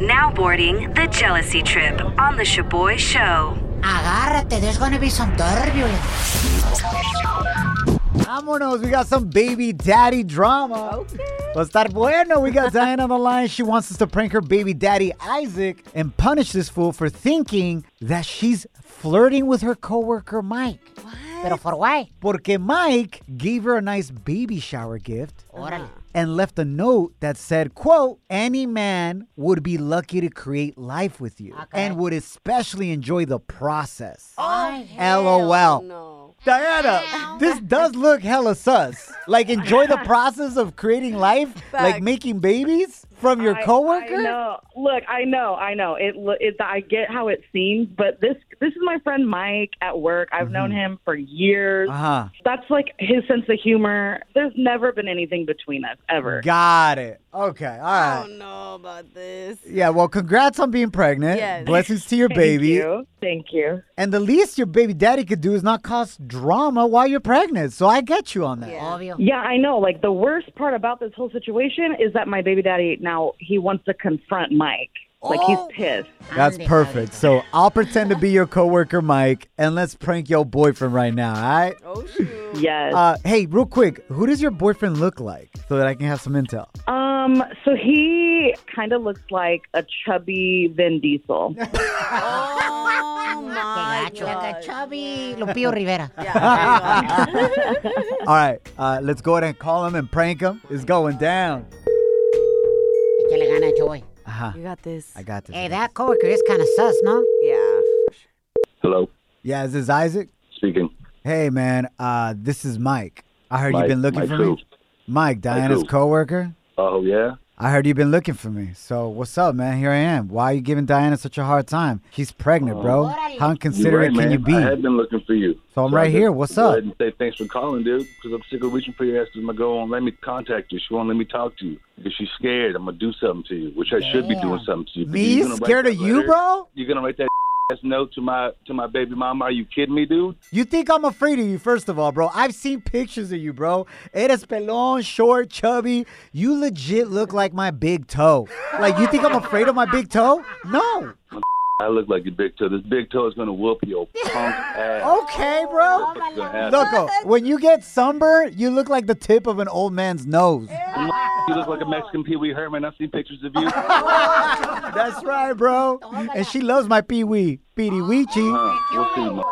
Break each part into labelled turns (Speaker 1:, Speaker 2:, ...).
Speaker 1: Now boarding the jealousy trip on the Shaboy Show.
Speaker 2: Agárrate, there's gonna be some turbulence.
Speaker 3: Vámonos. We got some baby daddy drama. Okay. Let's start bueno. We got Diane on the line. She wants us to prank her baby daddy, Isaac, and punish this fool for thinking that she's flirting with her coworker, Mike.
Speaker 2: Pero for why?
Speaker 3: Porque Mike gave her a nice baby shower gift. Uh-huh.
Speaker 2: Órale.
Speaker 3: and left a note that said, quote, any man would be lucky to create life with you
Speaker 2: Okay. Oh,
Speaker 3: and would especially enjoy the process.
Speaker 2: Ay,
Speaker 3: LOL.
Speaker 4: No.
Speaker 3: Diana, this does look hella sus. Like enjoy the process of creating life, like
Speaker 4: Facts.
Speaker 3: making babies from your
Speaker 5: I-
Speaker 3: coworker.
Speaker 5: I know. Look, I know, I know. It, lo- it. I get how it seems, but this this is my friend Mike at work. I've known
Speaker 3: Mm-hmm.
Speaker 5: him for years.
Speaker 3: Uh-huh.
Speaker 5: That's like his sense of humor. There's never been anything between us ever.
Speaker 3: Got it. Okay. All
Speaker 4: I
Speaker 3: right.
Speaker 4: don't know about this.
Speaker 3: Yeah, well, congrats on being pregnant.
Speaker 4: Yes.
Speaker 3: Blessings to your
Speaker 5: Thank
Speaker 3: baby.
Speaker 5: you. Thank you.
Speaker 3: And the least your baby daddy could do is not cause drama while you're pregnant. So I get you on that.
Speaker 4: Yeah.
Speaker 2: Obvio.
Speaker 5: Yeah, I know. Like the worst part about this whole situation is that my baby daddy now he wants to confront Mike. Like
Speaker 3: Oh.
Speaker 5: he's pissed.
Speaker 3: That's
Speaker 2: Ande,
Speaker 3: perfect.
Speaker 2: cabrito.
Speaker 3: So I'll pretend to be your coworker, Mike, and let's prank your boyfriend right now, all right?
Speaker 4: Oh, shoot.
Speaker 5: Yes.
Speaker 3: Uh, hey, real quick, who does your boyfriend look like so that I can have some intel?
Speaker 5: um. So he kind of looks like a chubby Vin Diesel.
Speaker 4: Oh, my
Speaker 2: Qué gacho. Like a
Speaker 4: God.
Speaker 2: chubby Lupillo Rivera.
Speaker 4: Yeah, there you go.
Speaker 3: All right, uh, let's go ahead and call him and prank him. It's going down.
Speaker 2: ¿Qué le gana, Choy?
Speaker 3: Uh-huh.
Speaker 4: you got this.
Speaker 3: I got this.
Speaker 2: Hey, that coworker is kind of sus, ¿no?
Speaker 4: Yeah.
Speaker 6: Hello,
Speaker 3: Yeah, is this Isaac?
Speaker 6: speaking.
Speaker 3: Hey, man, uh, this is Mike. I heard
Speaker 6: Mike-
Speaker 3: you've been looking
Speaker 6: Mike
Speaker 3: for
Speaker 6: who?
Speaker 3: me. Mike, Diana's
Speaker 6: who?
Speaker 3: coworker.
Speaker 6: Oh yeah,
Speaker 3: I heard you've been looking for me. So what's up, man? Here I am. Why are you giving Diana such a hard time? She's pregnant, bro.
Speaker 2: Órale.
Speaker 3: How inconsiderate
Speaker 6: Oh. You're
Speaker 3: can
Speaker 6: right,
Speaker 3: you
Speaker 6: man.
Speaker 3: be?
Speaker 6: I have been looking for you.
Speaker 3: So I'm
Speaker 6: I
Speaker 3: right
Speaker 6: just
Speaker 3: here. What's
Speaker 6: go
Speaker 3: up?
Speaker 6: Ahead and say thanks for calling, dude. Because I'm sick of reaching for your ass. Because my girl won't let me contact you. She won't let me talk to you because she's scared. I'm gonna do something to you, which I should be
Speaker 2: Damn.
Speaker 6: doing something to you.
Speaker 3: Me?
Speaker 6: You're gonna write
Speaker 3: Scared
Speaker 6: that
Speaker 3: of you,
Speaker 6: letter?
Speaker 3: bro?
Speaker 6: You're gonna write that ass note to my to my baby mama. Are you kidding me, dude?
Speaker 3: You think I'm afraid of you, first of all, bro. I've seen pictures of you, bro. Eres pelon, short, chubby. You legit look like my big toe. Like, you think I'm afraid of my big toe? No.
Speaker 6: I look like your big toe. This big toe is gonna whoop your punk ass.
Speaker 3: Okay, oh. bro.
Speaker 6: It's gonna happen.
Speaker 3: Loco, when you get sunburned, you look like the tip of an old man's nose.
Speaker 6: You look like a Mexican Pee Wee Herman. I've seen pictures of you.
Speaker 3: That's right, bro. And she loves Oh my Oh. pee wee, Petey Weechie.
Speaker 6: Huh, we'll see, man.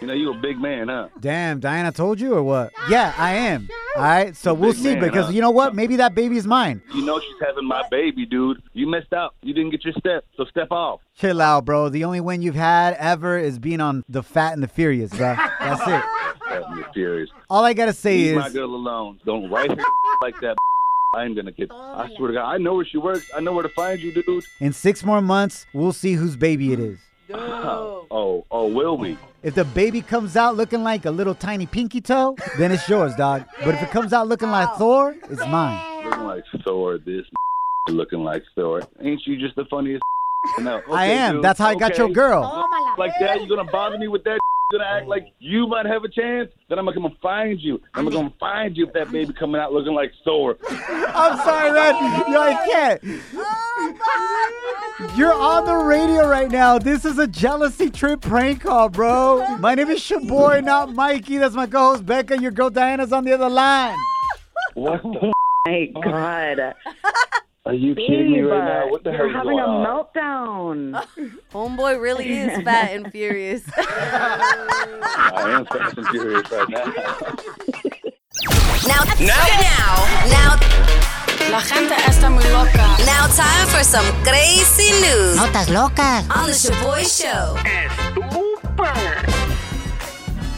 Speaker 6: You know, you a big man, huh?
Speaker 3: Damn, Diana told you or what? Yeah, I am. All right, so we'll
Speaker 6: Big
Speaker 3: see
Speaker 6: man,
Speaker 3: because
Speaker 6: huh?
Speaker 3: you know what? Maybe that baby's mine.
Speaker 6: You know she's having my baby, dude. You messed up. You didn't get your step, so step off.
Speaker 3: Chill out, bro. The only win you've had ever is being on the Fat and the Furious, bro. That's it.
Speaker 6: That is serious.
Speaker 3: All I gotta say
Speaker 6: Leave my
Speaker 3: is,
Speaker 6: girl alone. Don't write her like that. I'm gonna get. I swear to God, I know where she works. I know where to find you, dude.
Speaker 3: in six more months, we'll see whose baby it is.
Speaker 6: Oh, oh, oh will we?
Speaker 3: If the baby comes out looking like a little tiny pinky toe, then it's yours, dog. But if it comes out looking like Thor, it's mine.
Speaker 6: Looking like Thor. This looking like Thor. Ain't you just the funniest? No. Okay,
Speaker 3: I am.
Speaker 6: dude.
Speaker 3: That's how I got your
Speaker 6: Okay.
Speaker 3: girl.
Speaker 6: Like that, you're gonna bother me with that. You're gonna act like you might have a chance. Then I'm gonna come and find you. I'm gonna find you if that baby coming out looking like Thor.
Speaker 3: I'm sorry, man. Yo, I can't. You're on the radio right now. This is a jealousy trip prank call, bro. My name is Shaboy, not Mikey. That's my co-host Becca. Your girl Diana's on the other line.
Speaker 6: What the
Speaker 5: My God.
Speaker 6: Are you kidding me right now? What the
Speaker 5: You're
Speaker 6: hell is
Speaker 5: having
Speaker 6: going
Speaker 5: a
Speaker 6: on?
Speaker 5: meltdown.
Speaker 4: Homeboy really is fat and furious.
Speaker 6: I am fast and furious right now.
Speaker 7: Now, now, now,
Speaker 1: La gente está muy loca.
Speaker 7: now, time for some crazy news
Speaker 2: Notas locas.
Speaker 7: on the Shaboy Show.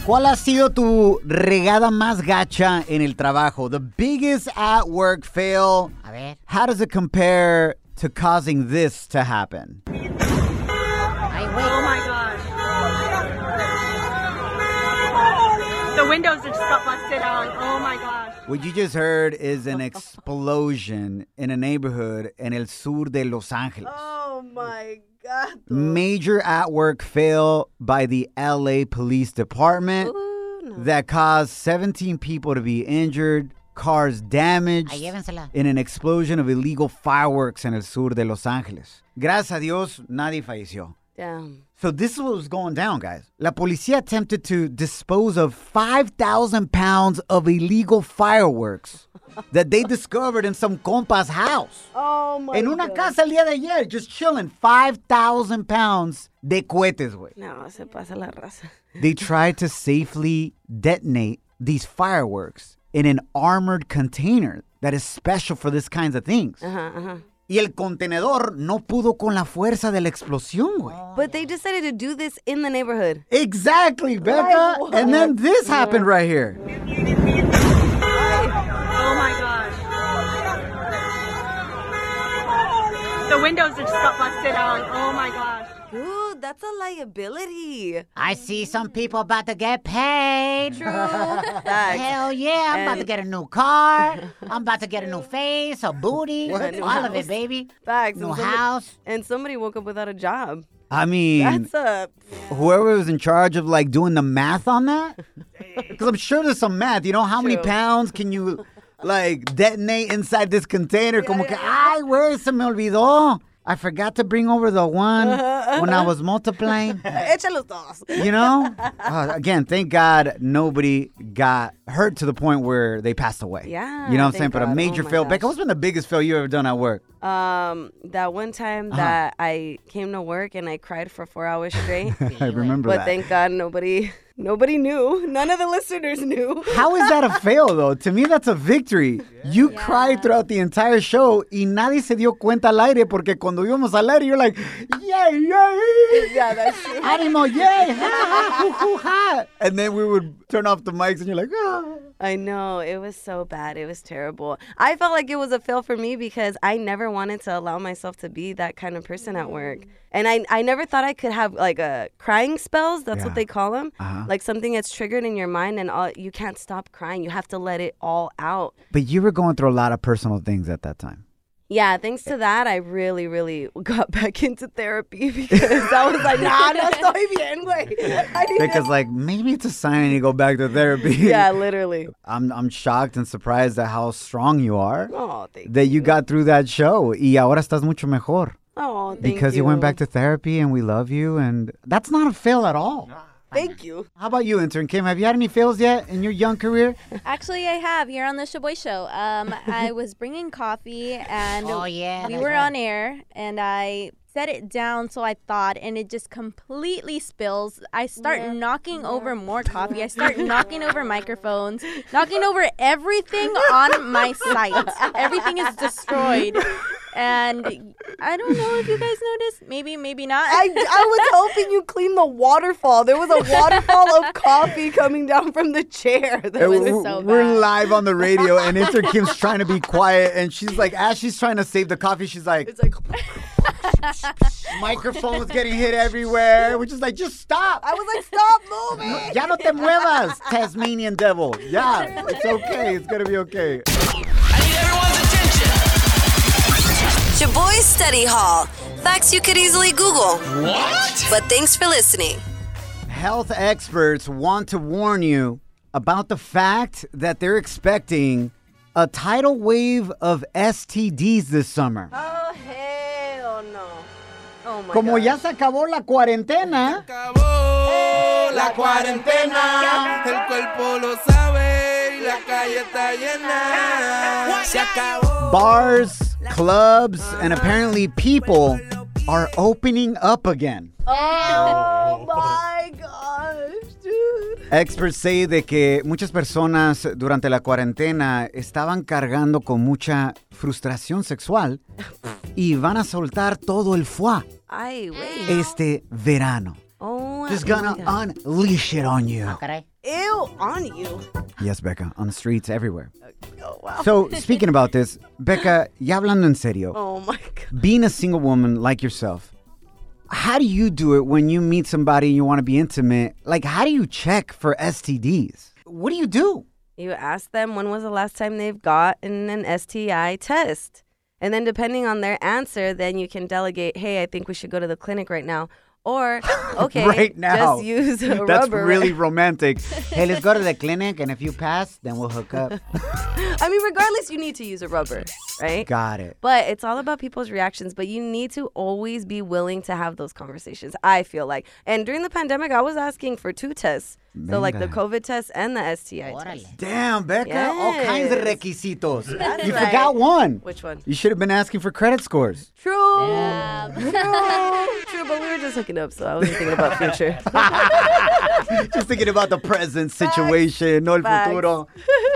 Speaker 3: ¿Cuál ha sido tu regada más gacha en el trabajo? The biggest at work fail.
Speaker 2: A ver.
Speaker 3: How does it compare to causing this to happen?
Speaker 2: Ay, güey.
Speaker 8: The windows are just busted out. Oh my gosh.
Speaker 3: What you just heard is an explosion in a neighborhood in El Sur de Los Angeles.
Speaker 4: Oh my god.
Speaker 3: Major at work fail by the LA Police Department that caused 17 people to be injured, cars damaged.
Speaker 2: Ahí llévensela.
Speaker 3: in an explosion of illegal fireworks in el sur de Los Angeles. Gracias a Dios, nadie falleció.
Speaker 4: Damn.
Speaker 3: So this is what was going down, guys. La policía attempted to dispose of 5,000 pounds of illegal fireworks that they discovered in some compa's house.
Speaker 4: Oh my
Speaker 3: en una casa el día de ayer, just chilling. 5,000 pounds de cohetes, güey.
Speaker 4: No, se pasa la raza.
Speaker 3: They tried to safely detonate these fireworks in an armored container that is special for these kinds of things.
Speaker 4: Ajá, ajá.
Speaker 3: Y el contenedor no pudo con la fuerza de la explosión, güey.
Speaker 4: But they decided to do this in the neighborhood.
Speaker 3: Exactly, Becca. and then this happened right here.
Speaker 8: Oh my gosh. The windows are just busted out. Oh my gosh.
Speaker 4: Dude, that's a liability.
Speaker 2: I see some people about to get paid.
Speaker 4: Facts.
Speaker 2: Hell yeah, I'm about to get a new car. I'm about to get a new face, a booty, all of it, baby.
Speaker 4: Facts.
Speaker 2: New
Speaker 4: And somebody,
Speaker 2: house.
Speaker 4: and somebody woke up without a job.
Speaker 3: I mean,
Speaker 4: That's a.
Speaker 3: whoever was in charge of like doing the math on that, because I'm sure there's some math. You know how many
Speaker 4: True.
Speaker 3: pounds can you like detonate inside this container? Como que, ay, where se me olvidó. I forgot to bring over the one
Speaker 4: Uh-huh,
Speaker 3: when I was multiplying.
Speaker 4: Échalos todos.
Speaker 3: You know? Uh, again, thank God nobody got hurt to the point where they passed away.
Speaker 4: Yeah,
Speaker 3: You know what I'm saying?
Speaker 4: thank
Speaker 3: But a
Speaker 4: God.
Speaker 3: major
Speaker 4: Oh my
Speaker 3: fail.
Speaker 4: gosh.
Speaker 3: Becca, what's been the biggest fail you ever done at work?
Speaker 4: Um, that one time
Speaker 3: Uh-huh.
Speaker 4: that I came to work and I cried for four hours straight.
Speaker 3: I remember
Speaker 4: but
Speaker 3: that.
Speaker 4: thank God nobody nobody knew. None of the listeners knew.
Speaker 3: How is that a fail, though? To me, that's a victory. You cried throughout the entire show, y nadie se dio cuenta al aire, porque cuando íbamos al aire, you're like, yay, yay!
Speaker 4: yeah, that's true.
Speaker 3: Ánimo, yay! Ha, ha, hoo, hoo, ha. And then we would turn off the mics, and you're like, ah.
Speaker 4: I know. It was so bad. It was terrible. I felt like it was a fail for me because I never wanted to allow myself to be that kind of person at work. And I, I never thought I could have like a crying spells. That's
Speaker 3: Yeah.
Speaker 4: what they call them.
Speaker 3: Uh-huh.
Speaker 4: Like something that's triggered in your mind and all, you can't stop crying. You have to let it all out.
Speaker 3: But you were going through a lot of personal things at that time.
Speaker 4: Yeah, thanks to that, I really, really got back into therapy because I was like, nah, no estoy bien, güey. I need
Speaker 3: Because, like, maybe it's a sign to go back to therapy.
Speaker 4: Yeah, literally.
Speaker 3: I'm, I'm shocked and surprised at how strong you are
Speaker 4: Oh, thank.
Speaker 3: that you got through that show. Y ahora estás mucho mejor.
Speaker 4: Oh, thank
Speaker 3: because you. went back to therapy and we love you and that's not a fail at all
Speaker 4: Thank you.
Speaker 3: how about you intern kim have you had any fails yet in your young career
Speaker 9: Actually, I have here on the Shaboy Show. Um, I was bringing coffee and
Speaker 2: Oh, yeah.
Speaker 9: we
Speaker 2: that's
Speaker 9: were
Speaker 2: right.
Speaker 9: on air, and I set it down so I thought, and it just completely spills. I start knocking over more coffee. I start knocking over microphones, knocking over everything on my site. Everything is destroyed. And I don't know if you guys noticed. Maybe, maybe not.
Speaker 4: I, I was helping you clean the waterfall. There was a waterfall of coffee coming down from the chair. That was
Speaker 3: we're,
Speaker 9: so
Speaker 3: we're
Speaker 9: bad.
Speaker 3: live on the radio and intern kim's trying to be quiet and she's like as she's trying to save the coffee she's like
Speaker 4: it's like
Speaker 3: microphones getting hit everywhere which is like just stop
Speaker 4: I was like, stop moving.
Speaker 3: ya no te muevas tasmanian devil yeah it's okay it's gonna be okay
Speaker 7: I need everyone's attention. Shaboy Study Hall. Facts you could easily Google. What? But thanks for listening.
Speaker 3: Health experts want to warn you about the fact that they're expecting a tidal wave of STDs this summer.
Speaker 4: Oh hell no. Oh my
Speaker 3: Como
Speaker 4: god.
Speaker 3: ya se acabó la cuarentena,
Speaker 10: La cuarentena, el cuerpo lo sabe y la calle está llena. Se acabó.
Speaker 3: bars, clubs,
Speaker 10: Ah.
Speaker 3: and apparently people are opening up again.
Speaker 4: Oh my gosh, dude.
Speaker 3: Experts say de que muchas personas durante la cuarentena estaban cargando con mucha frustración sexual y van a soltar todo el foie
Speaker 4: I wait.
Speaker 3: este verano.
Speaker 4: Oh what?
Speaker 3: Just
Speaker 4: Oh my
Speaker 3: gonna
Speaker 4: God.
Speaker 3: unleash it on you.
Speaker 4: Ew, on you.
Speaker 3: Yes, Becca, on the streets everywhere.
Speaker 4: Oh, wow.
Speaker 3: So, speaking about this, Becca, ya hablando en serio,
Speaker 4: Oh my
Speaker 3: being a single woman like yourself, how do you do it when you meet somebody and you want to be intimate? Like, how do you check for STDs? What do you do?
Speaker 4: You ask them when was the last time they've gotten an STI test. And then depending on their answer, then you can delegate, hey, I think we should go to the clinic right now. Or, okay,
Speaker 3: right now.
Speaker 4: just use a rubber.
Speaker 3: That's
Speaker 4: mat."
Speaker 3: really romantic. hey, let's go to the clinic, and if you pass, then we'll hook up.
Speaker 4: I mean, regardless, you need to use a rubber, right?
Speaker 3: Got it.
Speaker 4: But it's all about people's reactions. But you need to always be willing to have those conversations. I feel like, and during the pandemic, I was asking for two tests, so like the
Speaker 3: Venga.
Speaker 4: COVID test and the STI test.
Speaker 3: Damn, Becca, all kinds of requisitos.
Speaker 4: That's
Speaker 3: you
Speaker 4: right.
Speaker 3: forgot one.
Speaker 4: Which one?
Speaker 3: You should have been asking for credit scores.
Speaker 4: True. True, but we were just hooking up, so I wasn't thinking about future.
Speaker 3: Just thinking about the present situation, no el
Speaker 2: Facts.
Speaker 3: futuro.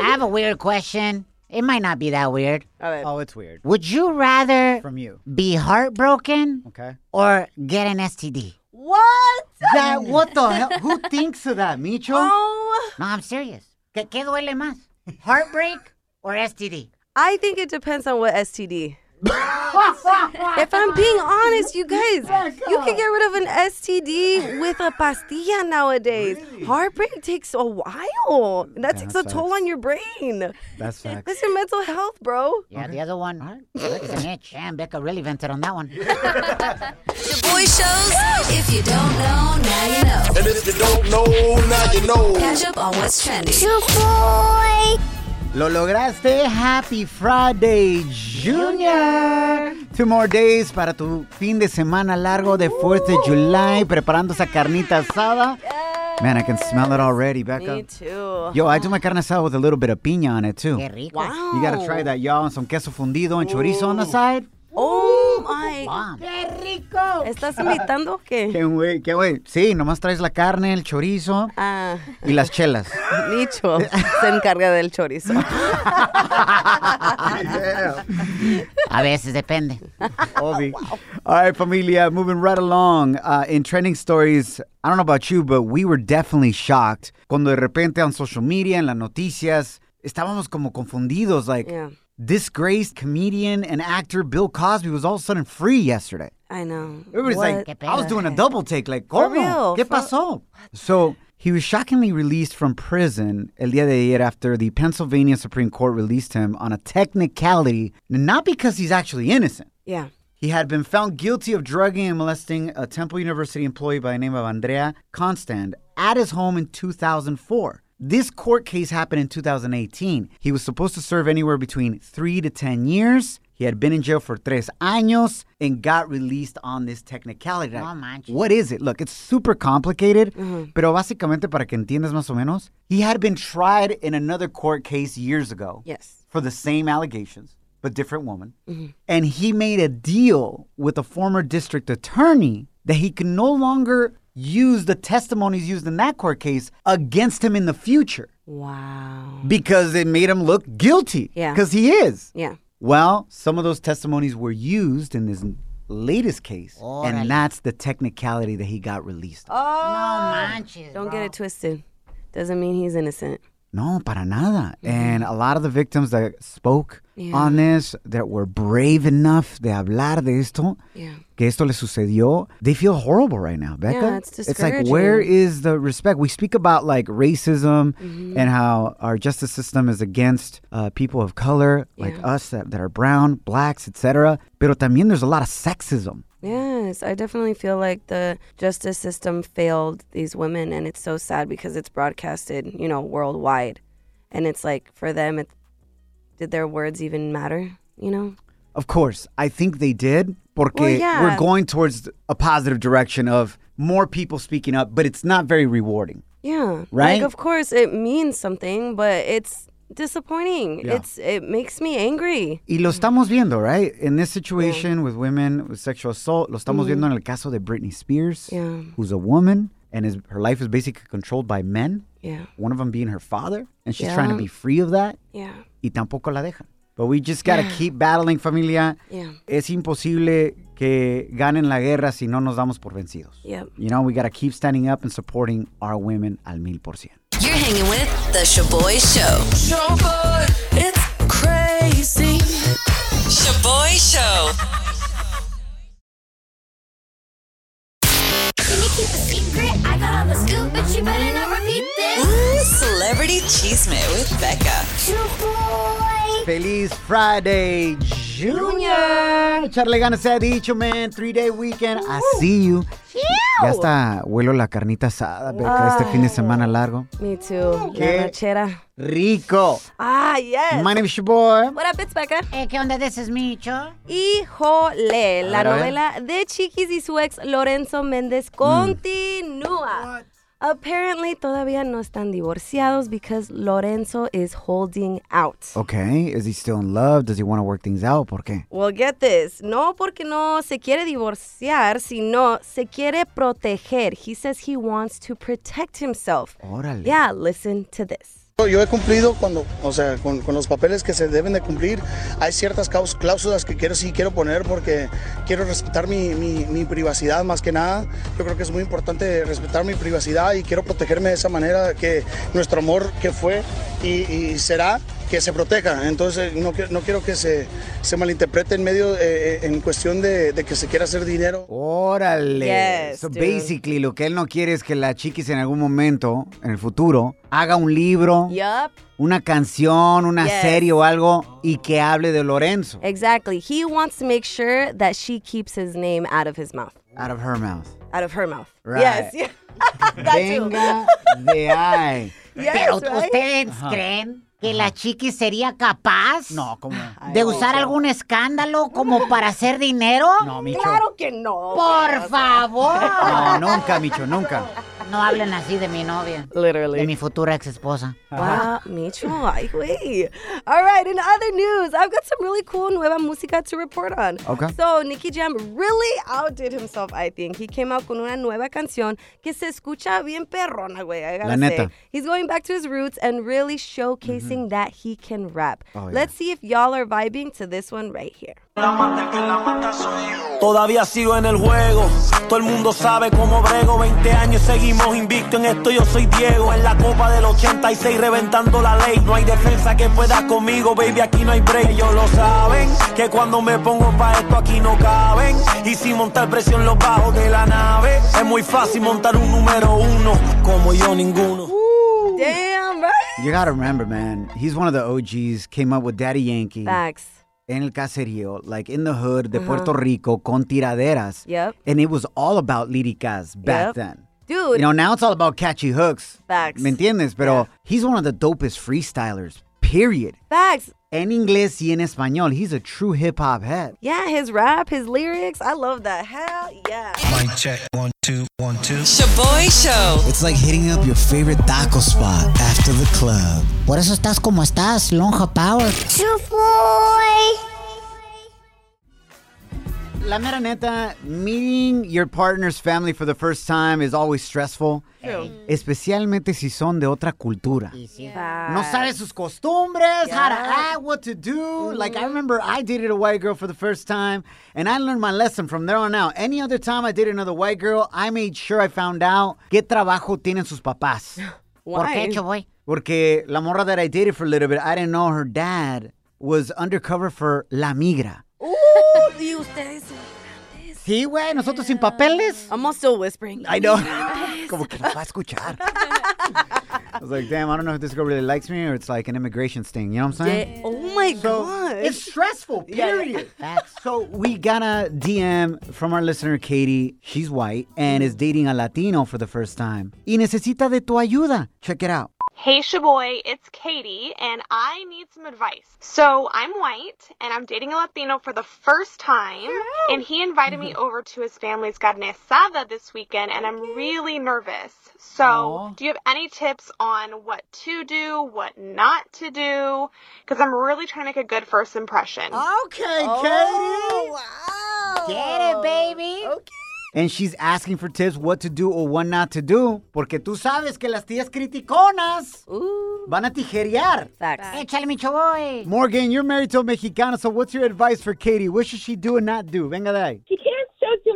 Speaker 2: I have a weird question. It might not be that weird.
Speaker 3: Oh, it's weird.
Speaker 2: Would you rather
Speaker 3: From you.
Speaker 2: be heartbroken
Speaker 3: Okay.
Speaker 2: or get an STD?
Speaker 4: What?
Speaker 3: That, what the hell? Who thinks of that, Micho?
Speaker 4: Oh, Um,
Speaker 2: No, I'm serious. ¿Qué, qué duele más? ¿Heartbreak or STD?
Speaker 4: I think it depends on what STD. If I'm being honest, you guys, you can get rid of an STD with a pastilla nowadays. Heartbreak takes a while. That takes a toll on your brain.
Speaker 3: That's fact.
Speaker 4: That's your mental health, bro.
Speaker 2: Yeah, the other one is an itch. And Becca really vented on that one.
Speaker 7: The boy shows. If you don't know, now you know.
Speaker 10: And if you don't know, now you know.
Speaker 7: Catch up on what's trending.
Speaker 3: Lo lograste. Happy Friday, Junior. Two more days para tu fin de semana largo de 4th de July. Preparando esa carnita asada. Man, I can smell it already, Becca.
Speaker 4: Me too.
Speaker 3: Yo, I do my carne asada with a little bit of piña on it, too.
Speaker 2: Qué rico.
Speaker 4: Wow.
Speaker 3: You gotta try that, y'all. And some queso fundido and chorizo on the side.
Speaker 4: Oh my.
Speaker 2: Bomb.
Speaker 4: ¿Estás invitando o qué?
Speaker 3: Can't wait, can't wait. Sí, nomás traes la carne, el chorizo
Speaker 4: Ah,
Speaker 3: y las chelas.
Speaker 4: Nicho se encarga del chorizo. Ah,
Speaker 2: A veces depende.
Speaker 3: Obi. All right, familia, moving right along. Uh, in trending stories, I don't know about you, but we were definitely shocked cuando de repente on social media, en las noticias, estábamos como confundidos. Like,
Speaker 4: Yeah.
Speaker 3: disgraced comedian and actor Bill Cosby was all of a sudden free yesterday.
Speaker 4: I know.
Speaker 3: Everybody's
Speaker 4: What?
Speaker 3: like, I was doing a double take. Like,
Speaker 4: For
Speaker 3: ¿cómo?
Speaker 4: real,
Speaker 3: ¿Qué
Speaker 4: for-
Speaker 3: pasó? So he was shockingly released from prison el día de ayer after the Pennsylvania Supreme Court released him on a technicality, not because he's actually innocent.
Speaker 4: Yeah.
Speaker 3: He had been found guilty of drugging and molesting a Temple University employee by the name of Andrea Constand at his home in 2004. This court case happened in 2018. He was supposed to serve anywhere between three to 10 years. He had been in jail for tres años and got released on this technicality. Like,
Speaker 2: No manches. Mm-hmm.
Speaker 3: what is it? Look, it's super complicated, pero básicamente para que entiendas más o menos, he had been tried in another court case years ago
Speaker 4: Yes.
Speaker 3: for the same allegations, but different woman. And he made a deal with a former district attorney that he can no longer use the testimonies used in that court case against him in the future
Speaker 4: Wow.
Speaker 3: because it made him look guilty.
Speaker 4: Yeah.
Speaker 3: Because he is.
Speaker 4: Yeah.
Speaker 3: Well, some of those testimonies were used in this latest case, and that's the technicality that he got released. on.
Speaker 2: No manches.
Speaker 4: Don't get it twisted. Doesn't mean he's innocent.
Speaker 3: No, para nada. And a lot of the victims that spoke on this, that were brave enough de hablar de esto,
Speaker 4: Yeah.
Speaker 3: que esto le sucedió, they feel horrible right now, Becca.
Speaker 4: Yeah, it's
Speaker 3: like, where
Speaker 4: discouraging.
Speaker 3: is the respect? We speak about like racism
Speaker 4: Mm-hmm.
Speaker 3: and how our justice system is against uh, people of color, like us that, that are brown, blacks, etc. Pero también there's a lot of sexism.
Speaker 4: Yes, I definitely feel like the justice system failed these women, and it's so sad because it's broadcasted, you know, worldwide, and it's like for them, it did their words even matter? You know?
Speaker 3: Of course, I think they did porque
Speaker 4: Well, yeah.
Speaker 3: we're going towards a positive direction of more people speaking up, but it's not very rewarding.
Speaker 4: Yeah.
Speaker 3: Right?
Speaker 4: Like, of course, it means something, but it's disappointing.
Speaker 3: Yeah.
Speaker 4: It's it makes me angry.
Speaker 3: Y lo estamos viendo, right? In this situation with women with sexual assault, lo estamos viendo en el caso de Britney Spears,
Speaker 4: Mm. Yeah.
Speaker 3: who's a woman and is, her life is basically controlled by men,
Speaker 4: Yeah.
Speaker 3: one of them being her father, and she's trying to
Speaker 4: Yeah.
Speaker 3: be free of that,
Speaker 4: Yeah.
Speaker 3: y tampoco la dejan. But we just gotta keep battling, familia.
Speaker 4: Yeah.
Speaker 3: Es imposible que ganen la guerra si no nos damos por vencidos.
Speaker 7: Yep.
Speaker 3: You know, we gotta keep standing up and supporting our women al mil por cien.
Speaker 7: You're hanging with The Shaboy Show. Shaboy, it's crazy. Shaboy Show. Ooh, Celebrity Cheesemate with Becca.
Speaker 3: Feliz Friday, Junior. Echarle ganas se ha dicho, man. Three day weekend. I see you. Ya está, huelo la carnita asada, Beca, este
Speaker 4: Ay.
Speaker 3: fin de semana largo.
Speaker 4: Me too.
Speaker 3: ¿Qué?
Speaker 4: La nochera.
Speaker 3: Rico.
Speaker 4: Ah, yes.
Speaker 3: My name is your boy.
Speaker 4: What up, it's Becca.
Speaker 2: Eh, ¿Qué onda? This is Micho.
Speaker 4: Híjole,
Speaker 3: A
Speaker 4: la
Speaker 3: ver, a ver.
Speaker 4: novela de Chiquis y su ex Lorenzo Méndez continúa. Apparently todavía no están divorciados because Lorenzo is holding out.
Speaker 3: Oh. Okay, is he still in love? Does he want to work things out? ¿Por qué?
Speaker 4: Well, get this. No porque no se quiere divorciar, sino se quiere proteger. He says he wants to protect himself.
Speaker 3: Órale.
Speaker 4: Yeah, listen to this.
Speaker 5: Yo he cumplido cuando, o sea, con, con los papeles que se deben de cumplir. Hay ciertas caus- cláusulas que quiero sí quiero poner porque quiero respetar mi, mi- mi privacidad más que nada. Yo creo que es muy importante respetar mi privacidad y quiero protegerme de esa manera que nuestro amor que fue y, y será que se proteja. Entonces no, qui- no quiero que se, se malinterprete en medio eh, eh, en cuestión de, de que se quiera hacer dinero.
Speaker 3: Órale.
Speaker 5: Yes,
Speaker 3: so
Speaker 5: dude.
Speaker 3: basically, lo que él no quiere es que la chiquis en algún momento, en el futuro, haga un libro,
Speaker 4: Yup.
Speaker 3: una canción, una
Speaker 4: Yes.
Speaker 3: serie o algo y que hable de Lorenzo.
Speaker 4: Exactly. He wants to make sure that she keeps his name out of his mouth.
Speaker 3: Out of her mouth.
Speaker 4: Out of her mouth.
Speaker 3: Right.
Speaker 4: Yes. yeah. That too.
Speaker 3: Venga de ahí.
Speaker 4: Yes,
Speaker 2: Pero
Speaker 4: right?
Speaker 2: ¿ustedes
Speaker 3: Ajá.
Speaker 2: creen que la chiqui sería capaz
Speaker 3: No, como.
Speaker 2: de usar algún escándalo como para hacer dinero?
Speaker 3: No, Micho.
Speaker 4: Claro que no.
Speaker 2: Por favor.
Speaker 3: No, nunca, Micho, nunca.
Speaker 2: No hablen así de mi novia.
Speaker 4: Literally.
Speaker 2: De mi futura ex esposa.
Speaker 4: Wow, Micho, ay, güey. All right, in other news, I've got some really cool nueva música to report on.
Speaker 3: Okay.
Speaker 4: So, Nicky Jam really outdid himself, I think. He came out con una nueva canción que se escucha bien perrona, güey. I gotta
Speaker 3: La neta.
Speaker 4: say. He's going back to his roots and really showcasing that he can rap.
Speaker 11: Oh, yeah.
Speaker 4: Let's see if y'all are vibing to this one right here.
Speaker 11: Todavía sigo en el juego, todo el mundo sabe cómo brego. 20 años seguimos invicto en esto, yo soy Diego. En la copa del 86 reventando la ley. No hay defensa que pueda conmigo, baby, aquí no hay break. Ellos lo saben, que cuando me pongo pa' esto aquí no caben. Y sin montar presión los bajos de la nave, es muy fácil montar un número uno, como yo ninguno.
Speaker 4: Damn, right?
Speaker 3: You gotta remember, man. He's one of the OGs. Came up with Daddy Yankee.
Speaker 4: Facts.
Speaker 3: En el caserío, like in the hood de
Speaker 4: Ajá.
Speaker 3: Puerto Rico, con tiraderas.
Speaker 4: Yep.
Speaker 3: And it was all about líricas back
Speaker 4: Yep.
Speaker 3: then. You
Speaker 4: Dude.
Speaker 3: know, now it's all about catchy hooks.
Speaker 4: Facts.
Speaker 3: ¿Me entiendes? Pero he's one of the dopest freestylers, period.
Speaker 4: Facts.
Speaker 3: En inglés y en español, he's a true hip hop head.
Speaker 4: Yeah, his rap, his lyrics, I love that. Hell yeah.
Speaker 12: Mic check. One, two, one, two.
Speaker 7: Shaboy Show.
Speaker 12: It's like hitting up your favorite taco spot after the club.
Speaker 2: Por eso estás como estás, Lonja Power.
Speaker 3: La mera neta, meeting your partner's family for the first time is always stressful.
Speaker 2: True.
Speaker 3: Especialmente si son de otra cultura. No sabes sus costumbres, how to act, what to do. Like, I remember I dated a white girl for the first time, and I learned my lesson from there on out. Any other time I dated another white girl, I made sure I found out qué trabajo tienen sus papás.
Speaker 2: ¿Por qué, Choboy?
Speaker 3: Porque la morra that I dated for a little bit, I didn't know her dad was undercover for La Migra.
Speaker 4: Ooh, y ustedes.
Speaker 3: Sí, güey, nosotros sin papeles.
Speaker 4: I'm still whispering.
Speaker 3: I know. Como que nos va a escuchar. I was like, damn, I don't know if this girl really likes me or it's like an immigration sting. You know what I'm saying?
Speaker 4: Yeah. Oh my god.
Speaker 3: It's stressful,
Speaker 4: Yeah,
Speaker 3: period. So we got a DM from our listener Katie. She's white and is dating a Latino for the first time. Y necesita de tu ayuda. Check it out.
Speaker 13: Hey, Shaboy, it's Katie, and I need some advice. So, I'm white, and I'm dating a Latino for the first time, and he invited me over to his family's carne asada this weekend, and I'm really nervous. So, do you have any tips on what to do, what not to do? Because I'm really trying to make a good first impression.
Speaker 3: Okay,
Speaker 13: Katie.
Speaker 2: Get it, Oh, baby.
Speaker 3: And she's asking for tips what to do or what not to do. Porque tú sabes que las tías criticonas van a tijerear.
Speaker 2: Échale, mi Choboy.
Speaker 3: Morgan, you're married to a Mexicana, so what's your advice for Katie? What should she do and not do? Venga de ahí.
Speaker 14: She can't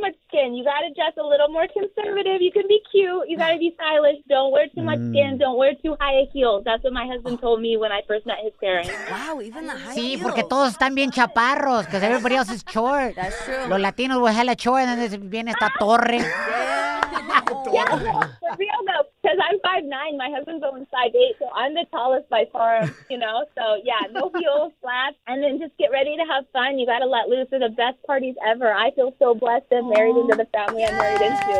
Speaker 5: listen, you got to dress a little more conservative. You can be cute. You got to be stylish. Don't wear too much skin. Don't wear too high of heels. That's what my husband told me when I first met his parents.
Speaker 4: Wow, even the high
Speaker 2: Sí, porque todos están bien chaparros, because everybody else is short.
Speaker 4: That's true.
Speaker 2: Los latinos were hella short, and then viene esta torre.
Speaker 5: Yeah, for real though, because I'm five nine. My husband's only five eight, so I'm the tallest by far. You know, so yeah, no heels, flats, and then just get ready to have fun. You got to let loose. They're the best parties ever. I feel so blessed and married into the family I'm married into.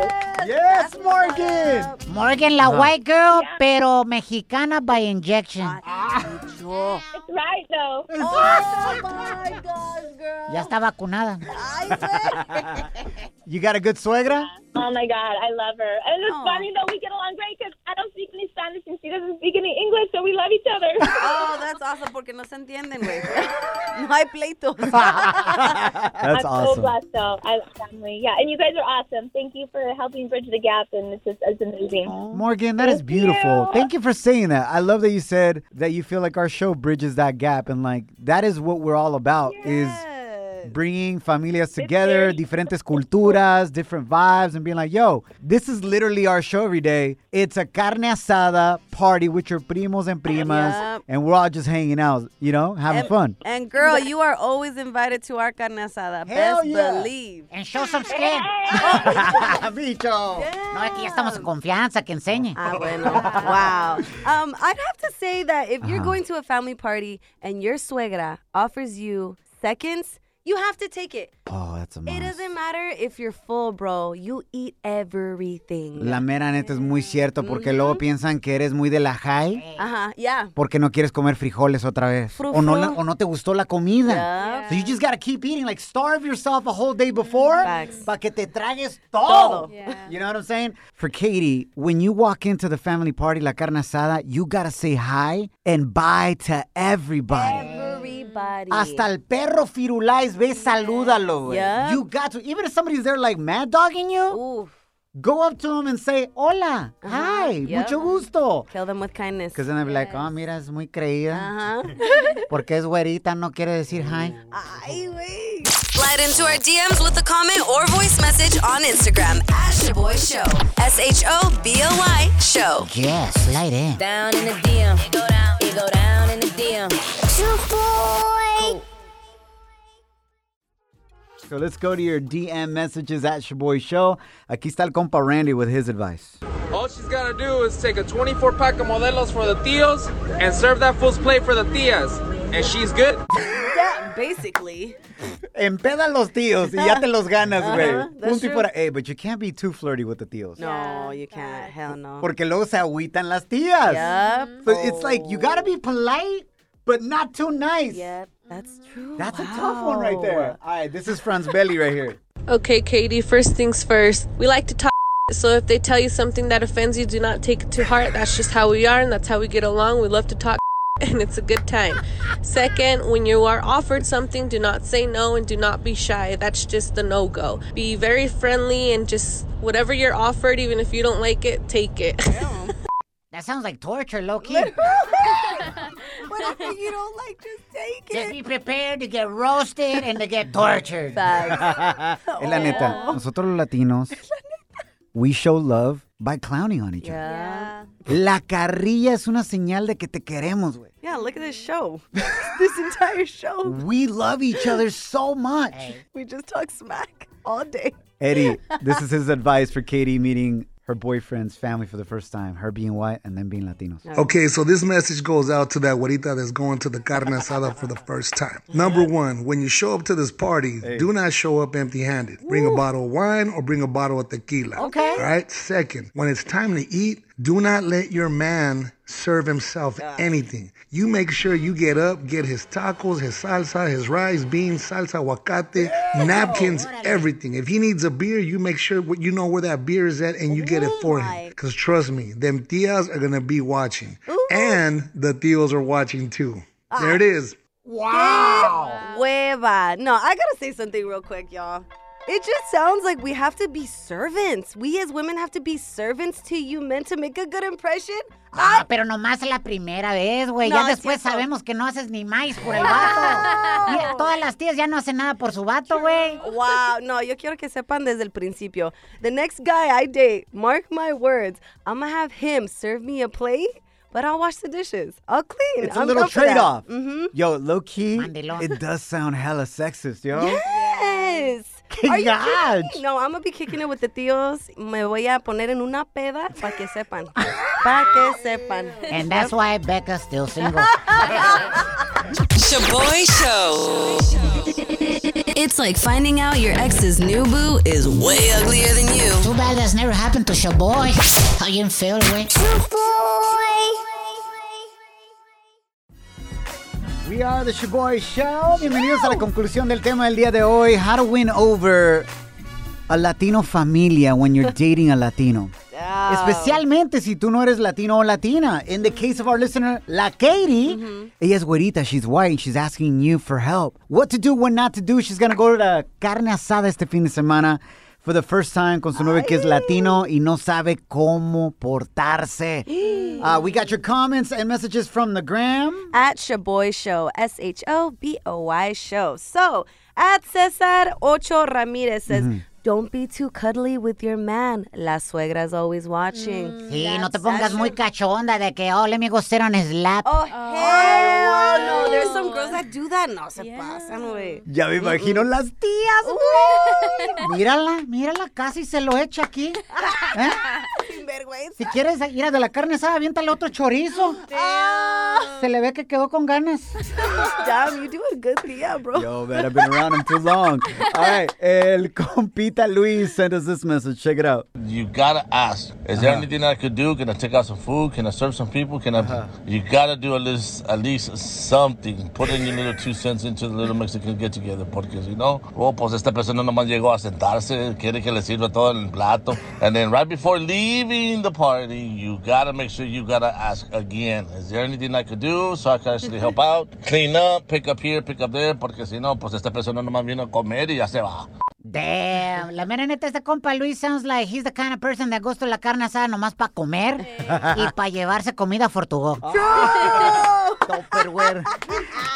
Speaker 3: Yes, Morgan.
Speaker 2: Morgan, la
Speaker 5: Ajá.
Speaker 2: white girl, pero mexicana by injection.
Speaker 4: Ah,
Speaker 5: It's right though.
Speaker 4: Oh my gosh, girl.
Speaker 2: Ya está vacunada.
Speaker 3: You got a good suegra?
Speaker 5: Oh my God, I love her. And it's
Speaker 4: Aw.
Speaker 5: funny though we get along great because I don't speak any Spanish and she doesn't speak any English, so we love each other.
Speaker 4: Oh, that's awesome porque no se entienden, güey. No hay pleitos.
Speaker 5: I'm so blessed though. I love family. Yeah, and you guys are awesome. Thank you for helping bridge the gap, and it's just it's amazing.
Speaker 3: Morgan, that is beautiful. Thank you for saying that. I love that you said that you feel like our show bridges that gap and like that is what we're all about is bringing familias together, diferentes culturas, different vibes and being like, "Yo, this is literally our show every day. It's a carne asada party with your primos and primas
Speaker 4: Yep.
Speaker 3: and we're all just hanging out, you know, having
Speaker 4: and,
Speaker 3: fun."
Speaker 4: And girl, you are always invited to our carne asada.
Speaker 2: Hell
Speaker 4: Best
Speaker 2: yeah.
Speaker 4: believe.
Speaker 2: And show some skin.
Speaker 3: oh, Bicho.
Speaker 2: No, aquí ya estamos en confianza, que enseñe.
Speaker 4: Ah, bueno. Wow. Um, I'd have to say that if you're going to a family party and your suegra offers you seconds, you have to take it.
Speaker 3: Oh, that's
Speaker 4: It
Speaker 3: amazing.
Speaker 4: doesn't matter if you're full, bro. You eat everything.
Speaker 3: La mera neta es muy cierto porque luego piensan que eres muy de la high.
Speaker 4: Ajá, Uh-huh. yeah.
Speaker 3: porque no quieres comer frijoles otra vez.
Speaker 4: Fru,
Speaker 3: o, no
Speaker 4: fru.
Speaker 3: la- o no te gustó la comida.
Speaker 4: Yeah.
Speaker 3: So you just gotta keep eating, like starve yourself a whole day before para que te tragues todo.
Speaker 4: Todo.
Speaker 3: You know what I'm saying? For Katie, when you walk into the family party, la carne asada, you gotta say hi and bye to everybody.
Speaker 4: Everybody.
Speaker 3: Hasta el perro firulais, ve, salúdalo, güey.
Speaker 4: Yep.
Speaker 3: You got to. Even if somebody's there like mad dogging you, go up to him and say, hola, hi,
Speaker 4: Yep.
Speaker 3: mucho gusto.
Speaker 4: Kill them with kindness. Uh-huh.
Speaker 3: Because then they'll be like, oh, mira, es muy creída.
Speaker 4: Ajá.
Speaker 3: Porque es güerita, no quiere decir hi.
Speaker 15: Slide into our DMs with a comment or voice message on Instagram at Shaboy Show. S H O B O Y Show.
Speaker 2: Yes, light in.
Speaker 15: Down in the DM. It go down. It go down in the DM. Shaboy.
Speaker 3: So let's go to your DM messages at Shaboy Show. Aquí está el compa Randy with his advice.
Speaker 16: All she's gotta do is take a 24 pack of modelos for the tios and serve that full plate for the tias, and she's good.
Speaker 4: Yeah, basically.
Speaker 3: Empeda los tíos y ya te los ganas, güey.
Speaker 4: Ajá, that's
Speaker 3: Punto y
Speaker 4: true.
Speaker 3: fuera. Hey, but you can't be too flirty with the tíos.
Speaker 4: No, you can't. Hell no.
Speaker 3: Porque luego se agüitan las tías.
Speaker 4: Yup.
Speaker 3: But it's like, you gotta be polite, but not too nice.
Speaker 4: Yep, that's true.
Speaker 3: That's a tough one right there. All right, this is Franz Belli right here.
Speaker 17: Okay, Katie, first things first. We like to talk, so if they tell you something that offends you, do not take it to heart. That's just how we are, and that's how we get along. We love to talk, and it's a good time. Second, when you are offered something, do not say no and do not be shy. That's just the no go. Be very friendly and just whatever you're offered, even if you don't like it, take it.
Speaker 2: That sounds like torture, Loki.
Speaker 4: Whatever you don't like, just take
Speaker 2: Just be prepared to get roasted and to get tortured.
Speaker 3: es la neta. Nosotros los latinos, we show love by clowning on each other.
Speaker 4: Yeah.
Speaker 3: La carrilla es una señal de que te queremos, güey.
Speaker 4: Yeah, look at this show. this entire show.
Speaker 3: We love each other so much.
Speaker 4: We just talk smack all day.
Speaker 3: Eddie, this is his advice for Katie meeting her boyfriend's family for the first time, her being white and then being Latinos.
Speaker 13: Okay, so this message goes out to that guarita that's going to the carne asada for the first time. Number one, when you show up to this party, do not show up empty handed. Bring a bottle of wine or bring a bottle of tequila.
Speaker 2: Okay.
Speaker 13: All right. Second, when it's time to eat, do not let your man serve himself anything. You make sure you get up, get his tacos, his salsa, his rice, beans, salsa, aguacate, napkins, everything. If he needs a beer, you make sure what- you know where that beer is at and you get it for him. Because trust me, them tias are going to be watching. And the tios are watching too. There it is.
Speaker 4: Wow. Hueva. No, I gotta say something real quick, y'all. It just sounds like we have to be servants. We as women have to be servants to you men to make a good impression.
Speaker 2: Ah, pero nomás la primera vez, güey.
Speaker 4: No,
Speaker 2: ya
Speaker 4: es
Speaker 2: después
Speaker 4: cierto.
Speaker 2: sabemos que no haces ni más por el vato. Mira, todas las tías ya no hacen nada por su vato, güey.
Speaker 4: Wow, no, yo quiero que sepan desde el principio. The next guy I date, mark my words, I'm gonna have him serve me a plate, but I'll wash the dishes. I'll clean.
Speaker 3: It's a
Speaker 4: I'm
Speaker 3: little
Speaker 4: down for that.
Speaker 3: trade off.
Speaker 4: Mhm.
Speaker 3: Yo, low key, it does sound hella sexist, yo.
Speaker 4: Yes. Are you
Speaker 3: Gosh.
Speaker 4: kidding? No, I'm gonna be kicking it with the tíos. Me voy a poner en una peda para que sepan. Para que sepan.
Speaker 2: And that's why Becca's still single.
Speaker 7: Shaboy Show. It's like finding out your ex's new boo is way uglier than you.
Speaker 2: Too bad that's never happened to your boy. How you feel, güey?
Speaker 3: We are the Shaboy Show. Bienvenidos a la conclusión del tema del día de hoy. How to win over a Latino familia when you're dating a Latino. Especialmente si tú no eres latino o latina. In the case of our listener, la Katie, ella es güerita, she's white, she's asking you for help. What to do, what not to do. She's gonna go to la carne asada este fin de semana for the first time con su novio que es latino y no sabe cómo portarse. Uh, we got your comments and messages from the gram.
Speaker 4: At Shaboy Show, S H O B O Y Show. So, at Cesar Ocho Ramirez says,
Speaker 3: Mm-hmm.
Speaker 4: Don't be too cuddly with your man. La suegra's always watching.
Speaker 2: Sí, no te pongas muy cachonda de que, oh, let me go sit on his lap.
Speaker 4: Oh, hell no. There's some girls that do that. No se pasan, güey.
Speaker 3: Ya me imagino las
Speaker 4: Tías, güey.
Speaker 2: Mírala, mírala casi se lo echa aquí. ¿Eh? Si quieres, mira, de la carne asada, aviéntale otro chorizo. Ah, se le ve que quedó con ganas.
Speaker 4: Damn, you do a good tía, bro.
Speaker 3: Yo, man, I've been around him too long. All right, el compita Luis sent us this message. Check it out.
Speaker 13: You gotta ask. Is there anything I could do? Can I take out some food? Can I serve some people? Can I? You gotta do at least at least something. Put in your little two cents into the little Mexican get together, porque you know. Oh, pues esta persona nomás llegó a sentarse. Quiere que le sirva todo el plato. And then right before leaving the party, you gotta make sure you gotta ask again. Is there anything I could do so I can actually help out? Clean up, pick up here, pick up there, porque si no, pues esta persona nomás vino a comer y ya se va.
Speaker 2: Damn, la mera neta, este compa Luis sounds like he's the kind of person that goes to la carne asada nomás para comer y para llevarse comida a Fortugó.
Speaker 3: Tupperware.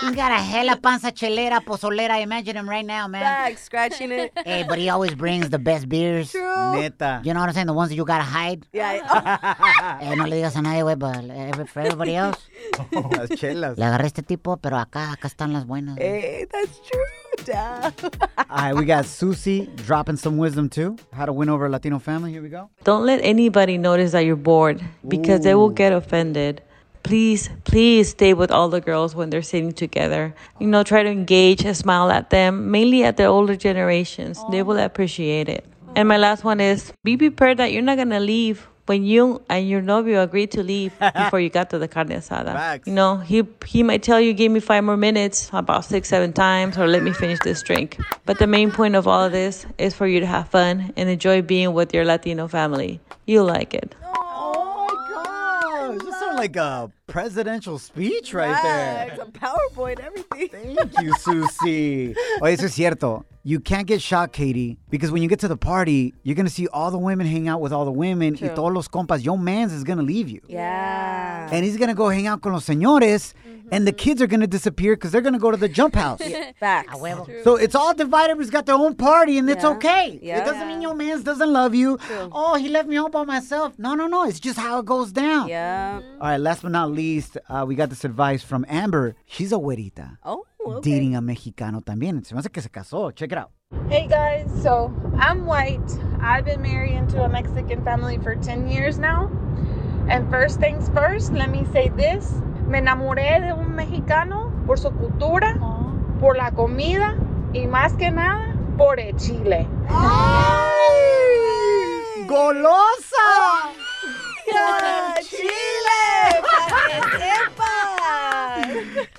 Speaker 2: He's got a hella panza chelera, pozolera. Imagine him right now, man.
Speaker 4: Back, scratching it.
Speaker 2: Hey, but he always brings the best beers.
Speaker 4: True.
Speaker 3: Neta.
Speaker 2: You know what I'm saying? The ones that you gotta hide.
Speaker 4: Uh-huh.
Speaker 2: Eh, no le digas a nadie, güey, but every- for everybody else.
Speaker 3: Las chelas.
Speaker 2: Le agarré a este tipo, pero acá, acá están las buenas. güey.
Speaker 4: Hey, that's true. Damn.
Speaker 3: All right, we got Susie dropping some wisdom too. How to win over a Latino family. Here we go.
Speaker 18: Don't let anybody notice that you're bored because they will get offended. Please, please stay with all the girls when they're sitting together. You know, try to engage and smile at them, mainly at the older generations. They will appreciate it. And my last one is be prepared that you're not going to leave when you and your novio agreed to leave before you got to the carne asada. You know, he, he might tell you, give me five more minutes, about six, seven times, or let me finish this drink. But the main point of all of this is for you to have fun and enjoy being with your Latino family. You'll like it.
Speaker 3: Oh, this sounds like a presidential speech right there.
Speaker 4: It's a PowerPoint, everything.
Speaker 3: Thank you, Susie. Oh, eso es cierto. You can't get shocked, Katie, because when you get to the party, you're gonna see all the women hang out with all the women, y
Speaker 4: True.
Speaker 3: todos los compas. Your man's is gonna leave you.
Speaker 4: Yeah.
Speaker 3: and he's gonna go hang out con los señores, and the kids are gonna disappear because they're gonna go to the jump house.
Speaker 4: Facts.
Speaker 3: Ah, So it's all divided. Everybody's got their own party, and it's
Speaker 2: Yeah.
Speaker 3: okay.
Speaker 2: Yeah.
Speaker 3: It doesn't mean your man doesn't love you.
Speaker 2: True.
Speaker 3: Oh, he left me all by myself. No, no, no. It's just how it goes down.
Speaker 4: Yeah.
Speaker 3: All right. Last but not least, uh, we got this advice from Amber. She's a güerita.
Speaker 4: Oh,
Speaker 3: Dating a mexicano también. Se me hace que se casó. Check it out.
Speaker 19: Hey guys, so I'm white. I've been married into a Mexican family for 10 years now. And first things first, let me say this. Me enamoré de un mexicano por su cultura, por la comida y más que nada por el chile.
Speaker 3: ¡Golosa!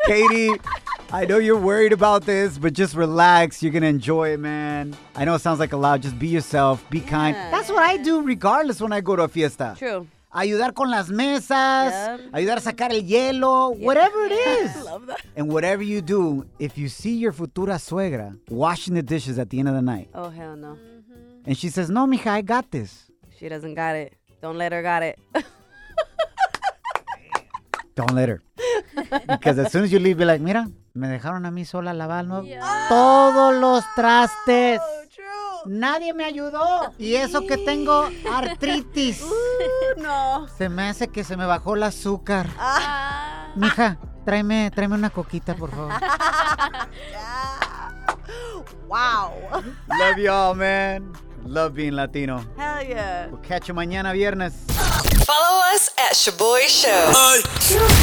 Speaker 3: Katie, I know you're worried about this, but just relax. You're gonna enjoy it, man. I know it sounds like a lot. Just be yourself. Be kind. That's what I do, regardless. When I go to a fiesta,
Speaker 4: True.
Speaker 3: ayudar con las mesas, ayudar a sacar el hielo, whatever it is. And whatever you do, if you see your futura suegra washing the dishes at the end of the night,
Speaker 4: Oh, hell no.
Speaker 3: and she says, "No, mija, I got this."
Speaker 4: She doesn't got it. Don't let her got it.
Speaker 3: Don't let her, because as soon as you leave, be like, "Mira, me dejaron a mí sola lavar ¿no? todos los trastes."
Speaker 4: Oh,
Speaker 3: Nadie me ayudó. Y eso que tengo artritis.
Speaker 4: Uh, no.
Speaker 3: Se me hace que se me bajó el azúcar.
Speaker 4: Ah.
Speaker 3: Mija, tráeme, tráeme una coquita, por favor.
Speaker 4: Wow.
Speaker 3: Love y'all, man. Love being Latino.
Speaker 4: Hell yeah.
Speaker 3: We'll catch you mañana viernes.
Speaker 7: Follow us at Shaboy Show.